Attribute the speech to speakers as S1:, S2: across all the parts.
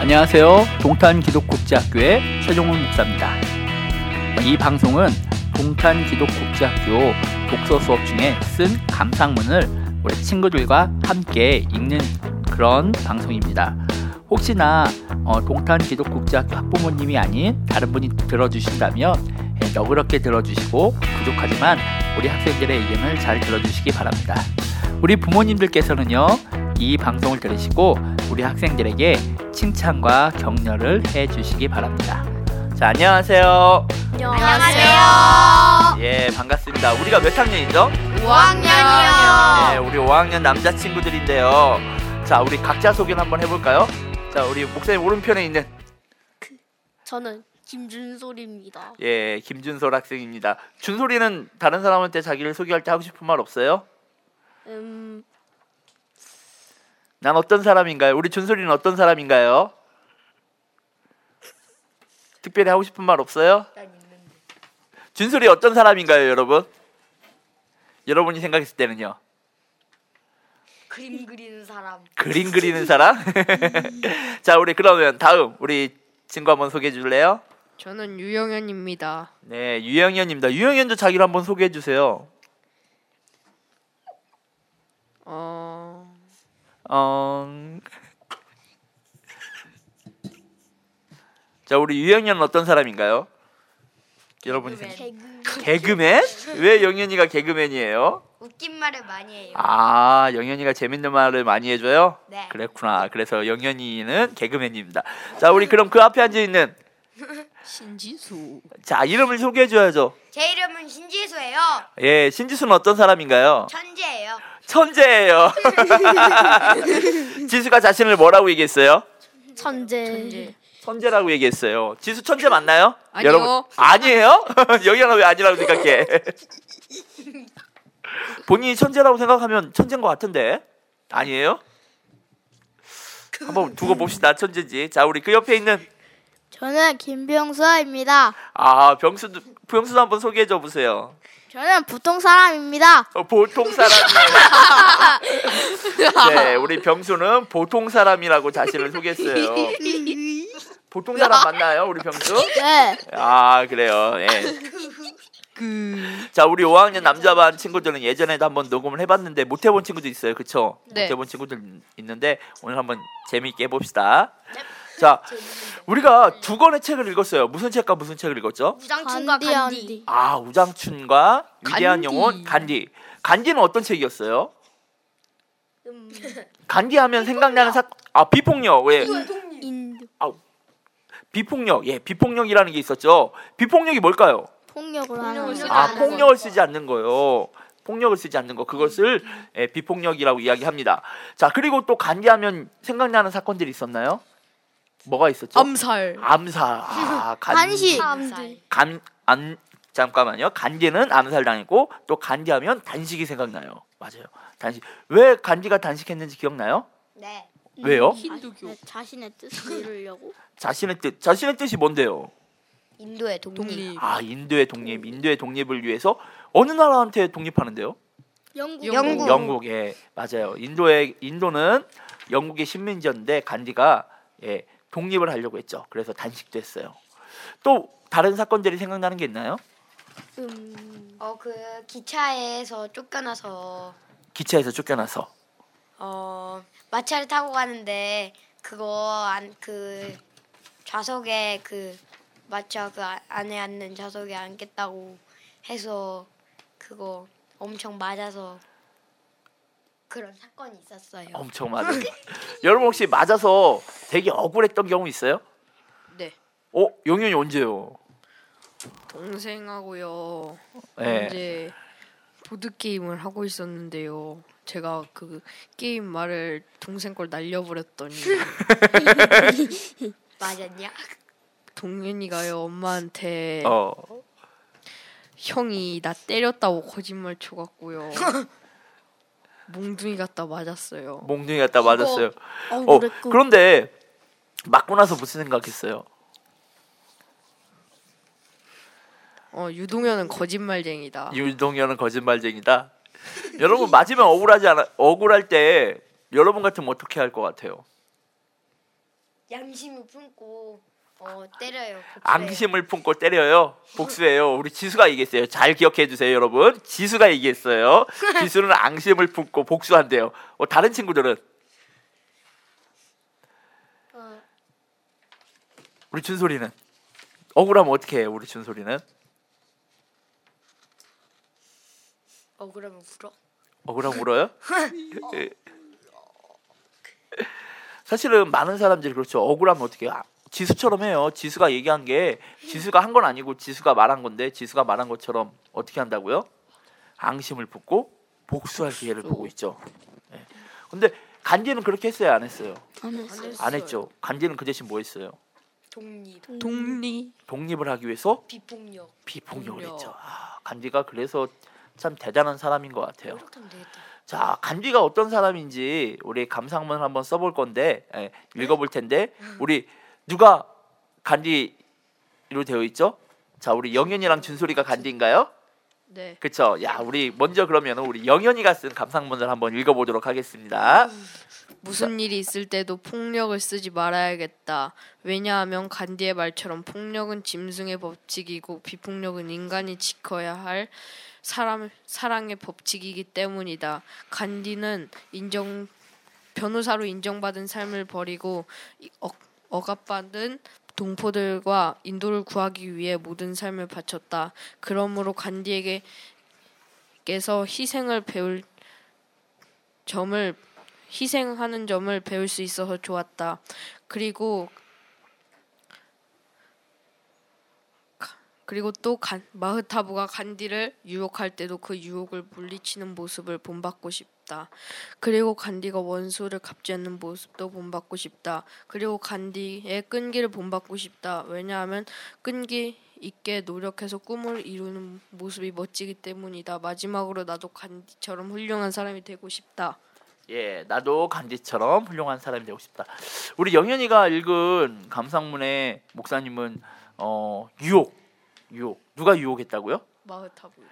S1: 안녕하세요. 동탄 기독국제학교의 최종훈 목사입니다. 이 방송은 동탄 기독국제학교 독서 수업 중에 쓴 감상문을 우리 친구들과 함께 읽는 그런 방송입니다. 혹시나 어, 동탄 기독국제학교 학부모님이 아닌 다른 분이 들어주신다면 예, 너그럽게 들어주시고 부족하지만 우리 학생들의 의견을 잘 들어주시기 바랍니다. 우리 부모님들께서는요 이 방송을 들으시고 우리 학생들에게 칭찬과 격려를 해주시기 바랍니다. 자 안녕하세요.
S2: 안녕하세요.
S1: 예 반갑습니다. 우리가 몇 학년이죠?
S2: 5학년이요.
S1: 예 우리 5학년 남자 친구들인데요. 자 우리 각자 소개를 한번 해볼까요? 자 우리 목사님 오른편에 있는
S3: 저는 김준솔입니다.
S1: 예 김준솔 학생입니다. 준솔이는 다른 사람한테 자기를 소개할 때 하고 싶은 말 없어요?
S3: 음,
S1: 난 어떤 사람인가요? 우리 준솔이는 어떤 사람인가요? 특별히 하고 싶은 말 없어요? 준솔이 어떤 사람인가요, 여러분? 여러분이 생각했을 때는요.
S2: 그림 그리는 사람.
S1: 그림 그리는 사람? 자, 우리 그러면 다음 우리 친구 한번 소개해 줄래요?
S2: 저는 유영현입니다.
S1: 네, 유영현입니다. 유영현도 자기를 한번 소개해 주세요.
S2: 어,
S1: 어... 자, 우리 유영현은 어떤 사람인가요? 여러분이 생각.
S3: 개그.
S1: 개그맨? 왜 영현이가 개그맨이에요?
S4: 웃긴 말을 많이 해요.
S1: 아, 영현이가 재밌는 말을 많이 해줘요?
S4: 네.
S1: 그랬구나. 그래서 영현이는 개그맨입니다. 자, 우리 그럼 그 앞에 앉아있는,
S2: 신진수.
S1: 자, 이름을 소개해줘야죠.
S4: 제 이름은 신지수예요.
S1: 예, 신지수는 어떤 사람인가요?
S4: 천재예요.
S1: 천재예요. 지수가 자신을 뭐라고 얘기했어요?
S3: 천재.
S2: 천재.
S1: 천재라고 얘기했어요. 지수 천재 맞나요?
S2: 아니요.
S1: 아니에요? 영현아 왜 아니라고 생각해? 본인이 천재라고 생각하면 천재인 것 같은데 아니에요? 한번 두고 봅시다 천재지. 자 우리 그 옆에 있는
S5: 저는 김병수입니다.
S1: 아 병수도 병수도 한번 소개해 줘 보세요.
S5: 저는 보통 사람입니다.
S1: 어, 보통 사람이에요. 네, 우리 병수는 보통 사람이라고 자신을 소개했어요. 보통 사람 맞나요, 우리 병수?
S5: 네.
S1: 아 그래요. 예.
S2: 그,
S1: 자 우리 5학년 남자반 친구들은 예전에도 한번 녹음을 해봤는데 못 해본 친구도 있어요, 그쵸?
S2: 네.
S1: 못 해본 친구들 있는데 오늘 한번 재미있게 해봅시다.
S2: 네.
S1: 자 우리가 두 권의 책을 읽었어요. 무슨 책과 무슨 책을 읽었죠?
S4: 무장충과
S5: 간디,
S4: 간디.
S5: 간디.
S1: 아 우장춘과 위대한
S2: 간디.
S1: 영혼 간디. 간디는 어떤 책이었어요?
S2: 음.
S1: 간디하면 생각나는 사. 아 비폭력 왜?
S5: 인
S1: 비폭력 예 비폭력이라는 게 있었죠. 비폭력이 뭘까요?
S5: 폭력으로 하는
S4: 쓰지
S1: 아
S4: 않는 거.
S1: 폭력을 쓰지 않는 거요. 폭력을 쓰지 않는 거 그것을 예, 비폭력이라고 이야기합니다. 자 그리고 또 간디하면 생각나는 사건들이 있었나요? 뭐가 있었죠?
S2: 암살.
S1: 암살. 아, 간,
S5: 간식.
S4: 암살.
S1: 간, 암, 잠깐만요. 간디는 암살당했고 또 간디하면 단식이 생각나요. 맞아요. 단식. 왜 간디가 단식했는지 기억나요?
S4: 네.
S1: 왜요?
S2: 힌두교.
S5: 네, 자신의 뜻을 이루려고.
S1: 자신의 뜻. 자신의 뜻이 뭔데요?
S4: 인도의 독립.
S2: 독립.
S1: 아 인도의 독립. 인도의 독립을 위해서 어느 나라한테 독립하는데요?
S5: 영국.
S1: 어.
S2: 영국.
S1: 영국에 맞아요. 인도의 인도는 영국의 식민지였는데 간디가 예, 독립을 하려고 했죠. 그래서 단식도 했어요. 또 다른 사건들이 생각나는 게 있나요?
S5: 음,
S4: 어 그 기차에서 쫓겨나서
S1: 기차에서 쫓겨나서
S4: 어 마차를 타고 가는데 그거 안 그 좌석에 그 마차 그 아- 안에 앉는 좌석에 앉겠다고 해서 그거 엄청 맞아서 그런 사건이 있었어요.
S1: 엄청 맞아요. 여러분 혹시 맞아서 되게 억울했던 경우 있어요?
S2: 네.
S1: 어, 용현이 언제요?
S2: 동생하고요.
S1: 예.
S2: 이제 보드 게임을 하고 있었는데요. 제가 그 게임 말을 동생 걸 날려버렸더니
S4: 맞았냐?
S2: 동현이가요 엄마한테
S1: 어.
S2: 형이 나 때렸다고 거짓말 쳐갖고요. 몽둥이 갖다 맞았어요.
S1: 몽둥이 갖다 맞았어요. 어,
S5: 억울했고.
S1: 그런데 맞고 나서 무슨 생각했어요?
S2: 어 유동현은 거짓말쟁이다.
S1: 아. 유동현은 거짓말쟁이다. 여러분 맞으면 억울하지 않아 억울할 때 여러분 같으면 어떻게 할 것 같아요?
S4: 양심을 품고 어, 때려요.
S1: 앙심을 품고 때려요. 복수예요. 우리 지수가 얘기했어요. 잘 기억해 주세요, 여러분. 지수가 얘기했어요. 지수는 앙심을 품고 복수한대요. 어, 다른 친구들은
S6: 어,
S1: 우리 준솔이는 억울하면 어떻게 해요? 우리 준솔이는
S4: 억울하면 울어.
S1: 억울하면 울어요? 예. 사실은 많은 사람들이 그렇죠. 억울하면 어떻게 해요? 아, 지수처럼 해요. 지수가 얘기한 게 지수가 한 건 아니고 지수가 말한 건데 지수가 말한 것처럼 어떻게 한다고요? 앙심을 품고 복수할 기회를 보고 있죠. 예. 근데 간지는 그렇게 했어요, 안 했어요?
S6: 안 했어요.
S1: 안 했죠. 간지는 그 대신 뭐 했어요?
S4: 독립,
S2: 음. 독립.
S1: 독립을 하기 위해서
S4: 비폭력.
S1: 비폭력을
S2: 폭력.
S1: 했죠. 아, 간지가 그래서 참 대단한 사람인 것 같아요.
S4: 이렇게 하면 되겠다.
S1: 자, 간지가 어떤 사람인지 우리 감상문 한번 써볼 건데 예, 읽어볼 텐데 우리 누가 간지로 되어 있죠? 자, 우리 영현이랑 준솔이가 간지인가요?
S2: 네.
S1: 그쵸? 야, 우리 먼저 그러면 우리 영현이가 쓴 감상문을 한번 읽어보도록 하겠습니다.
S2: 무슨 일이 있을 때도 폭력을 쓰지 말아야겠다. 왜냐하면 간디의 말처럼 폭력은 짐승의 법칙이고 비폭력은 인간이 지켜야 할 사람 사랑의 법칙이기 때문이다. 간디는 인정 변호사로 인정받은 삶을 버리고 이- 억, 억압받은 동포들과 인도를 구하기 위해 모든 삶을 바쳤다. 그러므로 간디에게 께서 희생을 배울 점을 희생하는 점을 배울 수 있어서 좋았다. 그리고 가- 그리고 또 간, 마흐타부가 간디를 유혹할 때도 그 유혹을 물리치는 모습을 본받고 싶다. 그리고 간디가 원수를 갚지 않는 모습도 본받고 싶다. 그리고 간디의 끈기를 본받고 싶다. 왜냐하면 끈기 있게 노력해서 꿈을 이루는 모습이 멋지기 때문이다. 마지막으로 나도 간디처럼 훌륭한 사람이 되고 싶다.
S1: 예, 나도 간지처럼 훌륭한 사람이 되고 싶다. 우리 영현이가 읽은 감상문의 목사님은 어, 유혹, 유혹. 누가 유혹했다고요?
S2: 마흐타부.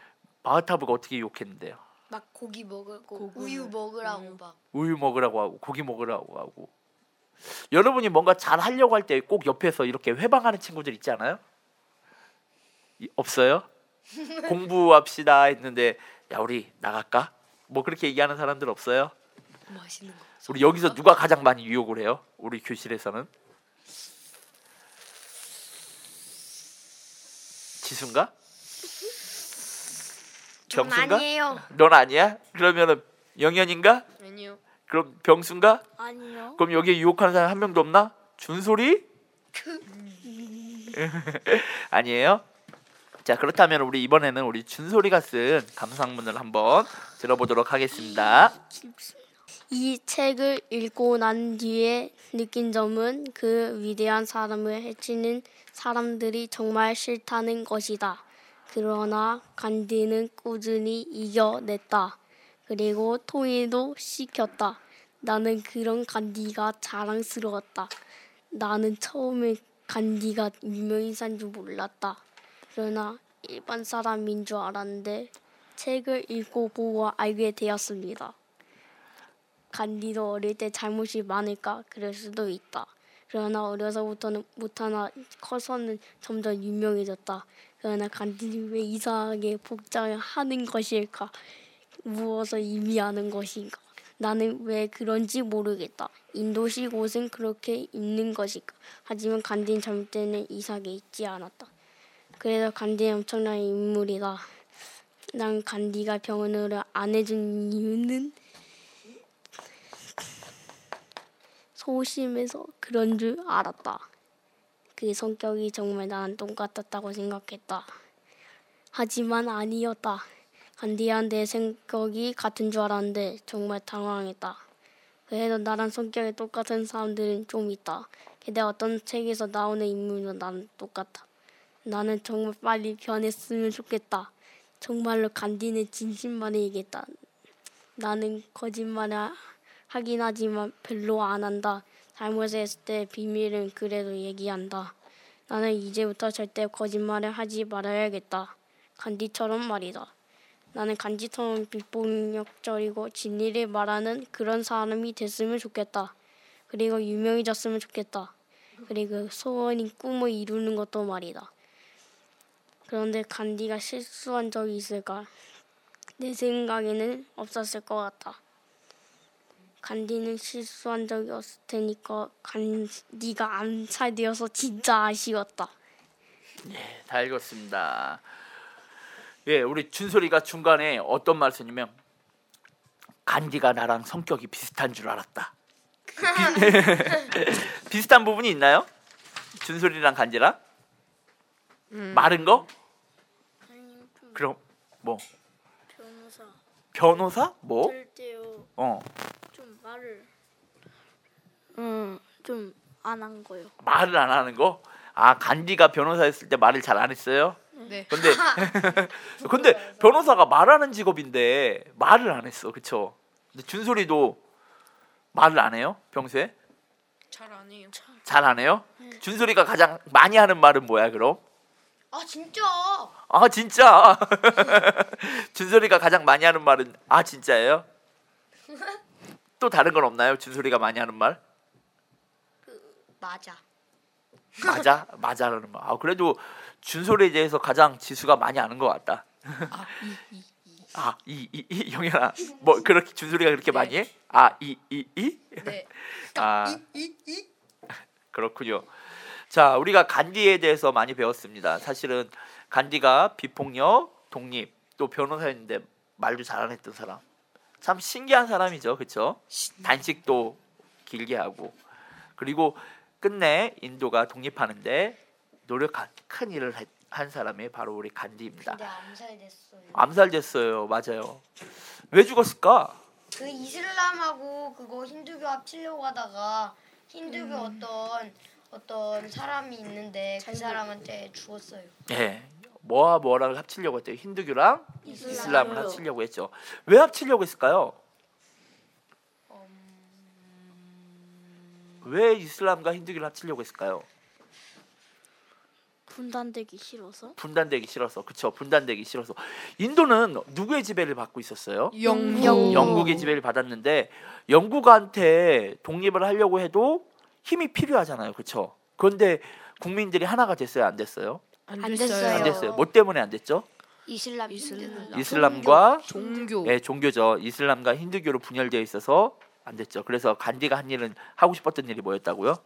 S1: 마하타브가 어떻게 유혹했는데요?
S4: 막 고기 먹으고
S2: 고구마, 음.
S4: 우유 먹으라고
S2: 우유.
S4: 막.
S1: 우유 먹으라고 하고 고기 먹으라고 하고 여러분이 뭔가 잘 하려고 할 때 꼭 옆에서 이렇게 회방하는 친구들 있지 않아요? 이- 없어요? 공부합시다 했는데 야 우리 나갈까? 뭐 그렇게 얘기하는 사람들 없어요?
S2: 뭐
S4: 맛있는 거.
S1: 우리 여기서 누가 가장 많이 유혹을 해요? 우리 교실에서는 지순가?
S4: 전
S1: 병순가?
S4: 아니에요.
S1: 넌 아니야? 그러면은 영현인가?
S2: 아니요.
S1: 그럼 병순가?
S5: 그렇죠?
S6: 아니요.
S1: 그럼 여기 유혹하는 사람 한 명도 없나? 준솔이? 아니에요? 자 그렇다면 우리 이번에는 우리 준솔이가 쓴 감상문을 한번 들어보도록 하겠습니다.
S6: 이 책을 읽고 난 뒤에 느낀 점은 그 위대한 사람을 해치는 사람들이 정말 싫다는 것이다. 그러나 간디는 꾸준히 이겨냈다. 그리고 통일도 시켰다. 나는 그런 간디가 자랑스러웠다. 나는 처음에 간디가 유명인 사인 줄 몰랐다. 그러나 일반 사람인 줄 알았는데 책을 읽고 보고 알게 되었습니다. 간디도 어릴 때 잘못이 많을까 그럴 수도 있다. 그러나 어려서부터는 못하나 커서는 점점 유명해졌다. 그러나 간디는 왜 이상하게 복장을 하는 것일까? 무엇을 의미하는 것인가? 나는 왜 그런지 모르겠다. 인도식 옷은 그렇게 입는 것일까? 하지만 간디는 젊을 때는 이상하게 입지 않았다. 그래서 간디는 엄청난 인물이다. 난 간디가 병원으로 안 해준 이유는 소심해서 그런 줄 알았다. 그 성격이 정말 나랑 똑같았다고 생각했다. 하지만 아니었다. 간디한 내 성격이 같은 줄 알았는데 정말 당황했다. 그래도 나랑 성격이 똑같은 사람들은 좀 있다. 게다가 어떤 책에서 나오는 인물도 나랑 똑같다. 나는 정말 빨리 변했으면 좋겠다. 정말로 간디는 진심만을 얘기했다. 나는 거짓말을 하- 하긴 하지만 별로 안 한다. 잘못했을 때 비밀은 그래도 얘기한다. 나는 이제부터 절대 거짓말을 하지 말아야겠다. 간디처럼 말이다. 나는 간디처럼 비폭력적이고 진리를 말하는 그런 사람이 됐으면 좋겠다. 그리고 유명해졌으면 좋겠다. 그리고 소원인 꿈을 이루는 것도 말이다. 그런데 간디가 실수한 적이 있을까? 내 생각에는 없었을 것 같아. 간디는 실수한 적이 없을 테니까 간디가 암살되어서 진짜 아쉬웠다.
S1: 다 읽었습니다. 예, 우리 준솔이가 중간에 어떤 말을 썼냐면 간디가 나랑 성격이 비슷한 줄 알았다. 비- 비슷한 부분이 있나요? 준솔이랑 간디랑
S7: 음.
S1: 마른 거? 그럼 뭐
S7: 변호사
S1: 변호사? 뭐?
S7: 절대요
S1: 어
S7: 좀 말을 음좀 안 한 거요
S1: 말을 안 하는 거? 아 간디가 변호사였을 때 말을 잘 안 했어요?
S2: 네.
S1: 근데 근데 변호사가 말하는 직업인데 말을 안 했어, 그쵸? 근데 준솔이도 말을 안 해요? 평소에
S2: 잘 안 해요.
S1: 잘 안 해요? 준솔이가 가장 많이 하는 말은 뭐야, 그럼?
S4: 아 진짜.
S1: 아 진짜 준솔이가 가장 많이 하는 말은 아 진짜예요? 또 다른 건 없나요? 준솔이가 많이 하는 말?
S4: 맞아.
S1: 맞아 맞아라는 말. 아 그래도 준솔이에 대해서 가장 지수가 많이 아는 것 같다. 아이이이 영현아 뭐 그렇게 준솔이가 그렇게 많이 해? 아이이 이?
S2: 네.
S1: 아
S4: 이이
S1: 그렇군요. 자, 우리가 간디에 대해서 많이 배웠습니다. 사실은 간디가 비폭력, 독립, 또 변호사였는데 말도 잘 안 했던 사람. 참 신기한 사람이죠, 그렇죠? 단식도 길게 하고 그리고 끝내 인도가 독립하는데 노력한 큰 일을 했- 한 사람이 바로 우리 간디입니다.
S4: 근데 암살됐어요.
S1: 암살됐어요, 맞아요. 왜 죽었을까?
S4: 그 이슬람하고 그거 힌두교 합치려고 하다가 힌두교
S2: 음.
S4: 어떤 어떤 사람이 있는데 그 사람한테 죽었어요.
S1: 예. 뭐와 뭐랑 합치려고 했대요. 힌두교랑
S4: 이슬람.
S1: 이슬람을 합치려고 했죠. 왜 합치려고 했을까요?
S4: 음.
S1: 왜 이슬람과 힌두교를 합치려고 했을까요?
S7: 분단되기 싫어서
S1: 분단되기 싫어서. 그쵸 분단되기 싫어서. 인도는 누구의 지배를 받고 있었어요?
S2: 영영
S1: 영국의 지배를 받았는데 영국한테 독립을 하려고 해도 힘이 필요하잖아요. 그쵸 그런데 국민들이 하나가 됐어요, 안 됐어요?
S2: 안
S4: 안
S2: 됐어요.
S4: 됐어요.
S1: 안 됐어요. 뭐 때문에 안 됐죠?
S4: 이슬람
S2: 이슬람.
S1: 이슬람과
S2: 종교.
S1: 예, 종교죠. 이슬람과 힌두교로 분열되어 있어서 안 됐죠. 그래서 간디가 한 일은 하고 싶었던 일이 뭐였다고요?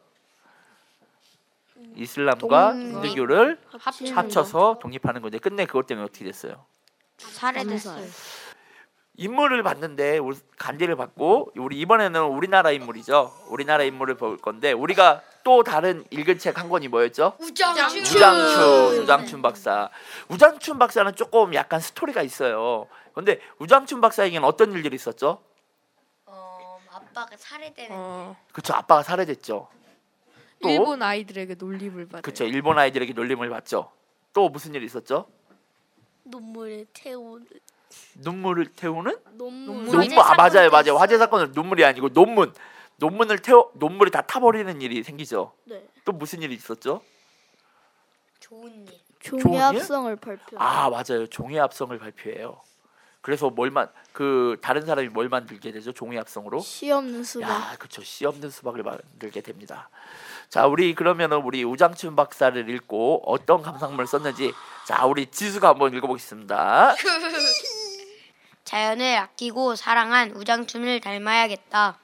S1: 이슬람과
S4: 독립.
S1: 힌두교를
S7: 합치는
S1: 합쳐서 독립하는 건데 끝내 그것 때문에 어떻게 됐어요?
S4: 살해됐어요.
S1: 인물을 봤는데 우리 간디를 봤고 우리 이번에는 우리나라 인물이죠. 우리나라 인물을 볼 건데 우리가 또 다른 읽은 책 한 권이 뭐였죠?
S4: 네.
S1: 우장춘 우장춘 박사 우장춘 박사는 조금 약간 스토리가 있어요. 근데 우장춘 박사에게는 어떤 일들이 있었죠?
S4: 어, 아빠가 살해되는
S2: 어.
S1: 그쵸 아빠가 살해됐죠. 또?
S2: 일본 아이들에게 놀림을 받아요.
S1: 그쵸 일본 아이들에게 놀림을 받죠. 또 무슨 일이 있었죠?
S7: 눈물을 태우는
S1: 눈물을 태우는
S7: 눈물
S2: 논문.
S1: 논문 아 맞아요 맞아요 화재 사건은 눈물이 아니고 논문 논문을 태워 논문을 다 타버리는 일이 생기죠.
S7: 네.
S1: 또 무슨 일이 있었죠?
S4: 좋은 일.
S1: 종이?
S7: 종이 합성을 발표
S1: 아 맞아요 종이 합성을 발표해요. 그래서 뭘만그 다른 사람이 뭘 만들게 되죠 종이 합성으로?
S7: 시 없는 수박
S1: 야, 그렇죠. 씨 없는 수박을 만들게 됩니다. 자, 우리 그러면은 우리 우장춘 박사를 읽고 어떤 감상문을 썼는지 자, 우리 지수가 한번 읽어보겠습니다.
S4: 자연을 아끼고 사랑한 우장춘을 닮아야겠다.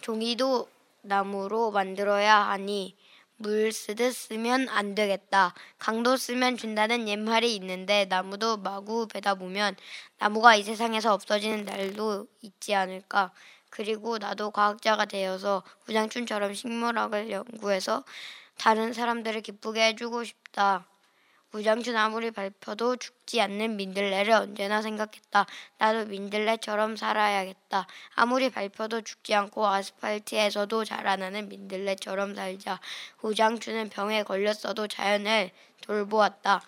S4: 종이도 나무로 만들어야 하니 물 쓰듯 쓰면 안 되겠다. 강도 쓰면 준다는 옛말이 있는데 나무도 마구 베다 보면 나무가 이 세상에서 없어지는 날도 있지 않을까. 그리고 나도 과학자가 되어서 우장춘처럼 식물학을 연구해서 다른 사람들을 기쁘게 해주고 싶다. 우장춘 아무리 밟혀도 죽지 않는 민들레를 언제나 생각했다. 나도 민들레처럼 살아야겠다. 아무리 밟혀도 죽지 않고 아스팔트에서도 자라나는 민들레처럼 살자. 우장춘은 병에 걸렸어도 자연을 돌보았다.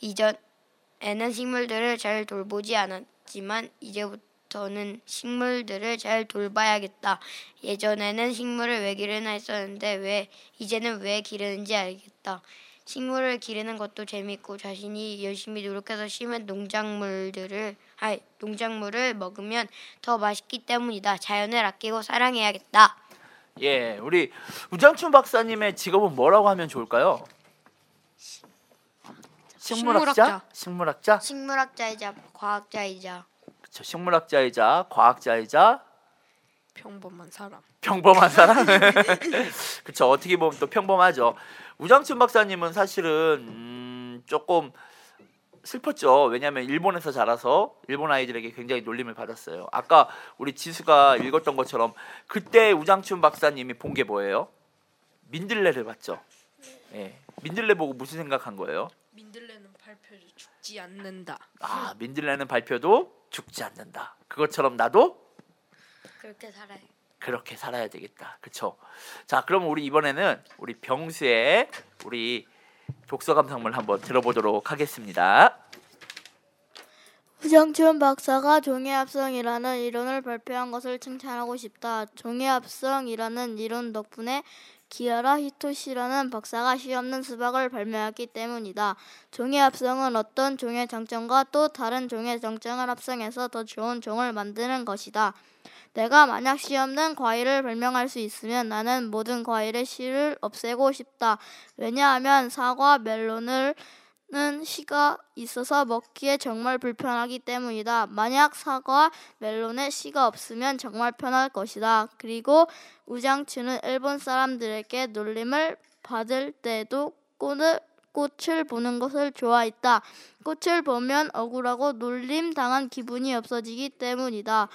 S4: 이전에는 식물들을 잘 돌보지 않았지만 이제부터는 식물들을 잘 돌봐야겠다. 예전에는 식물을 왜 기르나 했었는데 왜 이제는 왜 기르는지 알겠다. 식물을 기르는 것도 재밌고 자신이 열심히 노력해서 심은 농작물들을 아 농작물을 먹으면 더 맛있기 때문이다. 자연을 아끼고 사랑해야겠다.
S1: 예, 우리 우장춘 박사님의 직업은 뭐라고 하면 좋을까요? 식물학자?
S2: 식물학자.
S1: 식물학자?
S4: 식물학자이자 과학자이자
S1: 그쵸, 식물학자이자 과학자이자
S2: 평범한 사람.
S1: 평범한 사람. 그쵸 어떻게 보면 또 평범하죠. 우장춘 박사님은 사실은 음, 조금 슬펐죠. 왜냐하면 일본에서 자라서 일본 아이들에게 굉장히 놀림을 받았어요. 아까 우리 지수가 읽었던 것처럼 그때 우장춘 박사님이 본 게 뭐예요? 민들레를 봤죠. 예, 민들레 보고 무슨 생각한 거예요?
S2: 민들레는 발표를 죽지 않는다.
S1: 아, 민들레는 발표도 죽지 않는다. 그것처럼 나도
S4: 그렇게 살아요.
S1: 그렇게 살아야 되겠다. 그쵸? 자, 그럼 우리 이번에는 우리 병수의 우리 독서 감상문을 한번 들어보도록 하겠습니다.
S5: 후정춘 박사가 종이합성이라는 이론을 발표한 것을 칭찬하고 싶다. 종이합성이라는 이론 덕분에 기아라 히토시라는 박사가 시없는 수박을 발명했기 때문이다. 종이합성은 어떤 종의 장점과 또 다른 종의 장점을 합성해서 더 좋은 종을 만드는 것이다. 내가 만약 시없는 과일을 발명할 수 있으면 나는 모든 과일의 씨를 없애고 싶다. 왜냐하면 사과, 멜론을 는 씨가 있어서 먹기에 정말 불편하기 때문이다. 만약 사과, 멜론에 씨가 없으면 정말 편할 것이다. 그리고 우장추는 일본 사람들에게 놀림을 받을 때도 꽃을 꽃을 보는 것을 좋아했다. 꽃을 보면 억울하고 놀림 당한 기분이 없어지기 때문이다.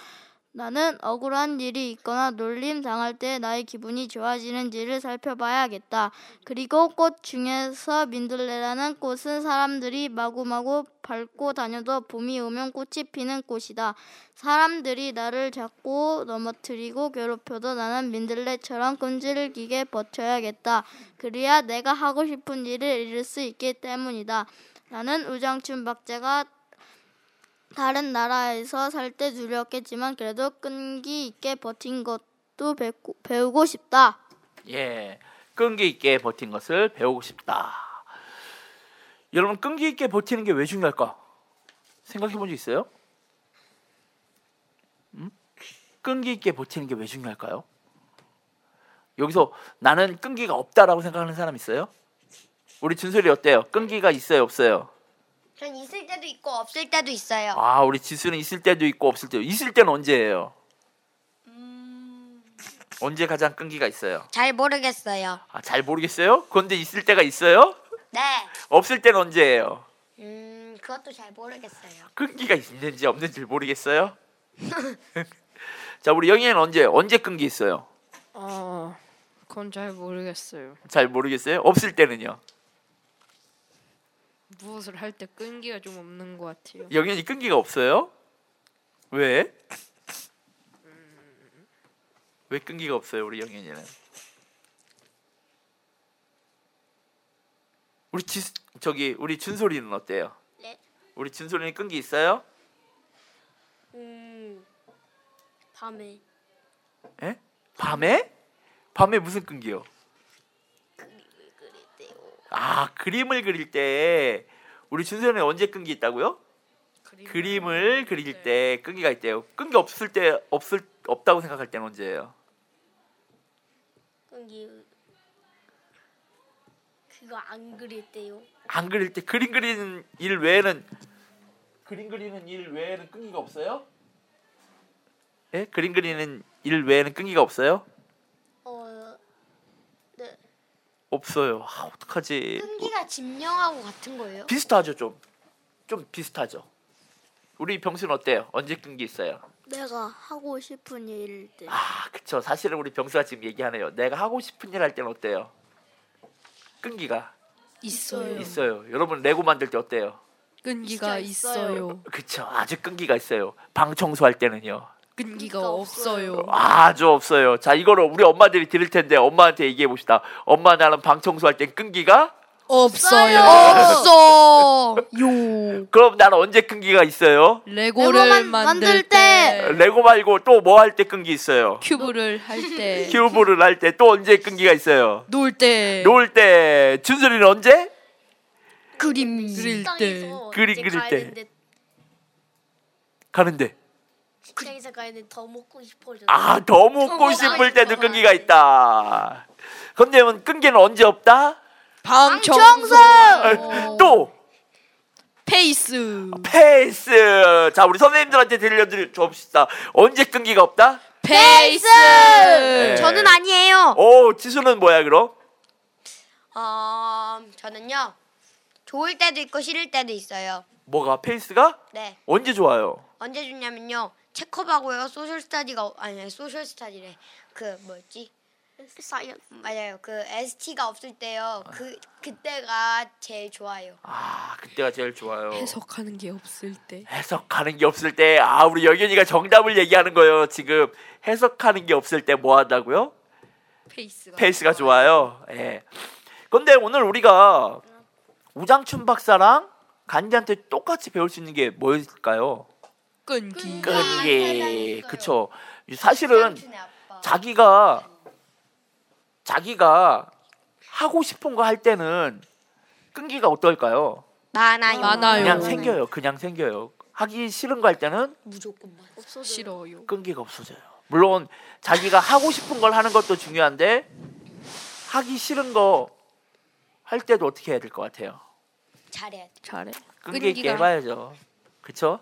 S5: 나는 억울한 일이 있거나 놀림 당할 때 나의 기분이 좋아지는지를 살펴봐야겠다. 그리고 꽃 중에서 민들레라는 꽃은 사람들이 마구마구 밟고 다녀도 봄이 오면 꽃이 피는 꽃이다. 사람들이 나를 잡고 넘어뜨리고 괴롭혀도 나는 민들레처럼 끈질기게 버텨야겠다. 그래야 내가 하고 싶은 일을 이룰 수 있기 때문이다. 나는 우장춘 박제가 다른 나라에서 살 때 두려웠겠지만 그래도 끈기 있게 버틴 것도 배고- 배우고 싶다.
S1: 예, 끈기 있게 버틴 것을 배우고 싶다. 여러분, 끈기 있게 버티는 게 왜 중요할까? 생각해 본 적 있어요? 음? 끈기 있게 버티는 게 왜 중요할까요? 여기서 나는 끈기가 없다라고 생각하는 사람 있어요? 우리 준솔이 어때요? 끈기가 있어요, 없어요?
S4: 전 있을 때도 있고 없을 때도 있어요.
S1: 아 우리 지수는 있을 때도 있고 없을 때도 있을 때는 언제예요? 언제 가장 끈기가 있어요?
S4: 잘 모르겠어요.
S1: 아, 잘 모르겠어요. 그런데 있을 때가 있어요?
S4: 네.
S1: 없을 때는 언제예요?
S4: 음, 그것도 잘 모르겠어요.
S1: 끈기가 있는지 없는지 모르겠어요. 자 우리 영희는 언제 언제 끈기 있어요?
S2: 어, 그건 잘 모르겠어요.
S1: 잘 모르겠어요. 없을 때는요.
S2: 무엇을 할 때 끈기가 좀 없는 것 같아요.
S1: 영현이 끈기가 없어요? 왜?
S2: 음.
S1: 왜 끈기가 없어요, 우리 영현이는? 우리 지 저기 우리 준솔이는 어때요?
S7: 네.
S1: 우리 준솔이는 끈기 있어요?
S7: 음 밤에
S1: 예? 밤에? 밤에 무슨 끈기요? 아 그림을 그릴 때 우리 준수는 언제 끈기 있다고요? 그림을 그릴 때 끈기가 있대요. 끈기 없을 때 없을 없다고 생각할 때는 언제예요?
S7: 끈기 그거 안 그릴 때요.
S1: 안 그릴 때 그림 그리는 일 외에는 그림 그리는 일 외에는 끈기가 없어요? 예? 그림 그리는 일 외에는 끈기가 없어요?
S7: 어
S6: 네.
S1: 없어요. 아, 어떡하지?
S4: 끈기가 집령하고 같은 거예요?
S1: 비슷하죠 좀. 좀 비슷하죠. 우리 병수는 어때요? 언제 끈기 있어요?
S5: 내가 하고 싶은 일일 때.
S1: 아 그쵸. 사실은 우리 병수가 지금 얘기하네요. 내가 하고 싶은 일 할 때는 어때요? 끈기가
S2: 있어요.
S1: 있어요. 여러분 레고 만들 때 어때요?
S2: 끈기가 있어요.
S1: 그쵸. 아주 끈기가 있어요. 방 청소할 때는요.
S2: 끈기가 없어요.
S1: 아주 없어요. 자 이거를 우리 엄마들이 들을 텐데 엄마한테 얘기해 봅시다. 엄마 나는 방 청소할 땐 끈기가?
S2: 없어요. 없어요.
S1: 그럼 나는 언제 끈기가 있어요?
S2: 레고를
S5: 레고만
S2: 만들
S5: 만들
S2: 때,
S1: 레고 말고 또 뭐 할 때 끈기 있어요?
S2: 큐브를 할 때,
S1: 큐브를 할 때 또 언제 끈기가 있어요?
S2: 놀 때,
S1: 놀 때 준수이는 언제?
S2: 그림 그릴 때,
S7: 음. 식당에서
S1: 그림
S7: 이제
S1: 그릴
S7: 가야
S1: 때.
S7: 되는데
S1: 가는데
S7: 식당에서 가는데 더 먹고 싶어져.
S1: 아, 더 먹고 싶을 때는 끈기가 있다. 그런데 끈기는 언제 없다?
S2: 방청소
S1: 또
S2: 페이스
S1: 페이스. 자, 우리 선생님들한테 들려드려 줍시다. 언제 끈기가 없다?
S2: 페이스
S4: 저는 아니에요.
S1: 오, 지수는 뭐야 그럼?
S4: 어, 저는요. 좋을 때도 있고 싫을 때도 있어요.
S1: 뭐가 페이스가
S4: 네.
S1: 언제 좋아요?
S4: 언제 주냐면요. 체커바고요. 소셜 스타디가 아니 소셜 스타디래. 그 뭐였지?
S6: 사연
S4: 맞아요. 그 ST가 없을 때요. 그 그때가 제일 좋아요.
S1: 아, 그때가 제일 좋아요.
S2: 해석하는 게 없을 때
S1: 해석하는 게 없을 때, 아, 우리 여균이가 정답을 얘기하는 거예요. 지금 해석하는 게 없을 때 뭐 한다고요?
S2: 페이스가
S1: 페이스가 좋아요. 예. 근데 오늘 우리가 우장춘 박사랑 간디한테 똑같이 배울 수 있는 게 뭘까요?
S2: 끈기
S1: 끈기. 그쵸.
S4: 그런
S1: 사실은 자기가 자기가 하고 싶은 거 할 때는 끈기가 어떨까요?
S4: 많아요.
S2: 많아요.
S1: 그냥 생겨요. 그냥 생겨요. 하기 싫은 거 할 때는
S2: 싫어요
S1: 끈기가 없어져요. 물론 자기가 하고 싶은 걸 하는 것도 중요한데 하기 싫은 거 할 때도 어떻게 해야 될 것 같아요.
S4: 잘해.
S2: 잘해
S1: 끈기 있게
S2: 끈기가-
S1: 해봐야죠. 그쵸?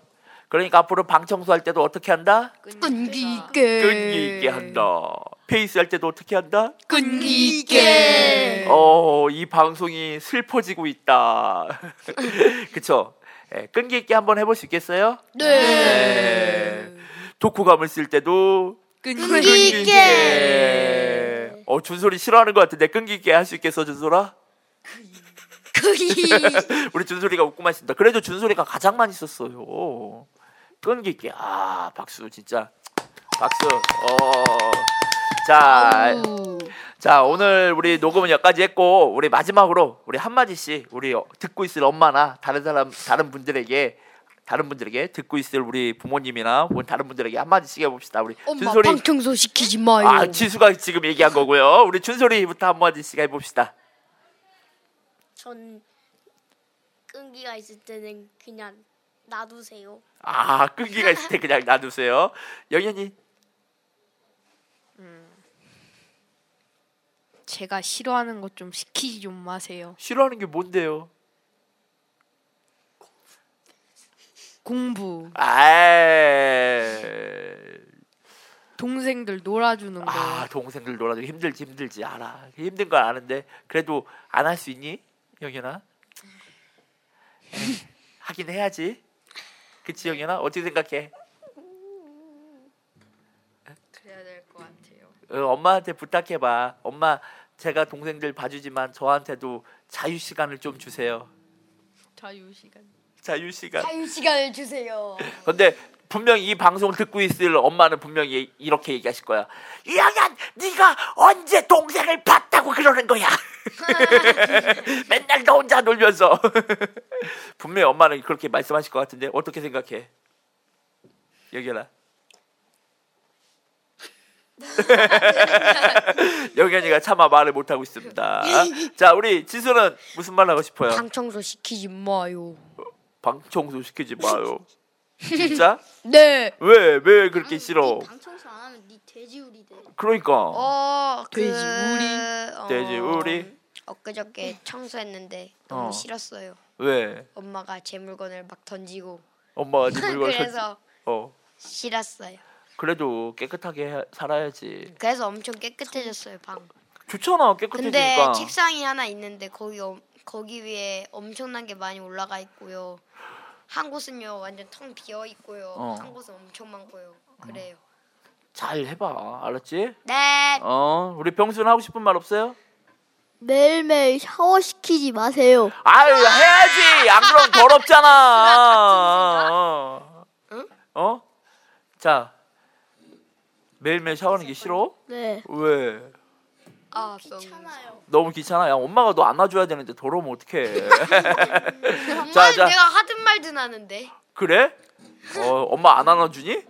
S1: 그러니까 앞으로 방 청소할 때도 어떻게 한다?
S2: 끈기 있게
S1: 끈기 있게 한다. 페이스 할 때도 어떻게 한다?
S2: 끈기 있게
S1: 어, 이 방송이 슬퍼지고 있다. 그쵸? 예, 끈기 있게 한번 해볼 수 있겠어요? 네. 독후감을 쓸 때도
S2: 끈기
S1: 있게. 예. 어, 준솔이 싫어하는 것 같은데 끈기 있게 할 수 있겠어, 준솔아? 우리 준솔이가 웃고만 있습니다. 그래도 준솔이가 가장 많이 썼어요. 끈기 있게. 아, 박수 진짜. 박수. 어. 자,
S2: 우.
S1: 자 오늘 우리 녹음은 여기까지 했고 우리 마지막으로 우리 한 마디씩 우리 어- 듣고 있을 엄마나 다른 사람 다른 분들에게 다른 분들에게 듣고 있을 우리 부모님이나 혹은 다른 분들에게 한 마디씩 해봅시다. 우리 준솔이
S4: 방청소 시키지 마요.
S1: 아 지수가 지금 얘기한 거고요. 우리 준솔이부터 한 마디씩 해봅시다.
S7: 전 끈기가 있을 때는 그냥 놔두세요.
S1: 아 끈기가 있을 때 그냥 놔두세요. 영현이
S2: 제가 싫어하는 것 좀 시키지 좀 마세요
S1: 싫어하는 게 뭔데요?
S2: 공부
S1: 아.
S2: 동생들 놀아주는 거
S1: 아 동생들 놀아주기 힘들지 힘들지 알아 힘든 걸 아는데 그래도 안 할 수 있니 영현아 에이, 하긴 해야지 그치 영현아 어떻게 생각해
S2: 그래야 될 것 같아요
S1: 어, 엄마한테 부탁해봐 엄마 제가 동생들 봐주지만 저한테도 자유 시간을 좀 주세요
S2: 자유시간
S1: 자유 시간
S4: 자유 시간을 주세요.
S1: 근데 분명히 이 방송을 듣고 있을 엄마는 분명히 이- 이렇게 얘기하실 거야. 이양현, 네가 언제 동생을 봤다고 그러는 거야? 맨날 너 혼자 놀면서. 분명히 엄마는 그렇게 말씀하실 것 같은데 어떻게 생각해? 여기라. 영현이가 차마 말을 못하고 있습니다. 자, 우리 지수는 무슨 말 하고 싶어요?
S4: 방청소 시키지 마요.
S1: 방청소 시키지 마요. 진짜?
S4: 네.
S1: 왜 왜 그렇게 싫어?
S5: 방청소 안 하면 네 돼지우리 돼.
S1: 그러니까
S4: 어, 그,
S2: 돼지 우리.
S4: 어,
S1: 돼지 우리
S4: 엊그저께 청소했는데 너무
S1: 어.
S4: 싫었어요.
S1: 왜
S4: 엄마가 제 물건을 막 던지고
S1: 엄마가 네 물건을 그
S4: 그래서
S1: 어
S4: 싫었어요.
S1: 그래도 깨끗하게 해- 살아야지
S4: 그래서 엄청 깨끗해졌어요 방.
S1: 좋잖아
S4: 근데
S1: 깨끗해지니까
S4: 책상이 하나 있는데 거기 엄- 거기 위에 엄청난 게 많이 올라가 있고요. 한 곳은요 완전 텅 비어 있고요.
S1: 어.
S4: 한 곳은 엄청 많고요. 그래요.
S1: 잘 해봐 알았지?
S4: 네.
S1: 어 우리 병수는 하고 싶은 말 없어요?
S5: 매일매일 샤워 시키지 마세요.
S1: 아유 해야지 안 그럼 더럽잖아 어? 어? 자 매일매일 샤워하는 게 싫어?
S5: 네.
S1: 왜?
S4: 아,
S1: 너무 귀찮아 야 엄마가 너 안아줘야 되는데 더러우면
S2: 음.
S1: 어떡해
S4: 정말
S1: 자, 자.
S4: 내가 하든 말든 하는데.
S1: 그래? 어, 엄마 안 안아주니?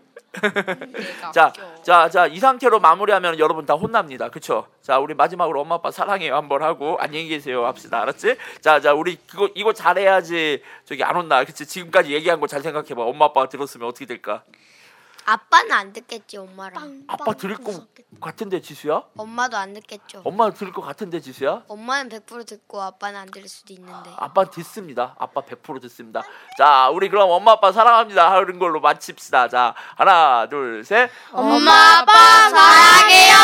S2: 내가
S1: 자,
S2: 아껴.
S1: 자, 자, 이 상태로 마무리하면 여러분 다 혼납니다. 그쵸? 자, 우리 마지막으로 엄마 아빠 사랑해요 한번 하고 안녕히 계세요 합시다. 알았지? 자, 자, 우리 그거 이거 잘해야지 저기 안 혼나. 그치? 지금까지 얘기한 거 잘 생각해봐. 엄마 아빠가 들었으면 어떻게 될까?
S4: 아빠는 안 듣겠지 엄마랑.
S1: 아빠 들을 것 같은데 지수야?
S4: 엄마도 안 듣겠죠.
S1: 엄마 들을 것 같은데 지수야?
S4: 엄마는 100% 듣고 아빠는 안 들을 수도 있는데.
S1: 아빠 듣습니다. 아빠 100% 듣습니다. 자, 우리 그럼 엄마 아빠 사랑합니다. 하는 걸로 마칩시다. 자, 하나, 둘, 셋.
S5: 엄마 아빠 사랑해요.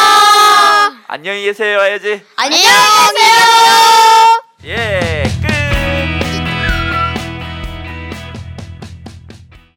S1: 안녕히 계세요 해야지.
S4: 안녕히 계세요.
S1: 예,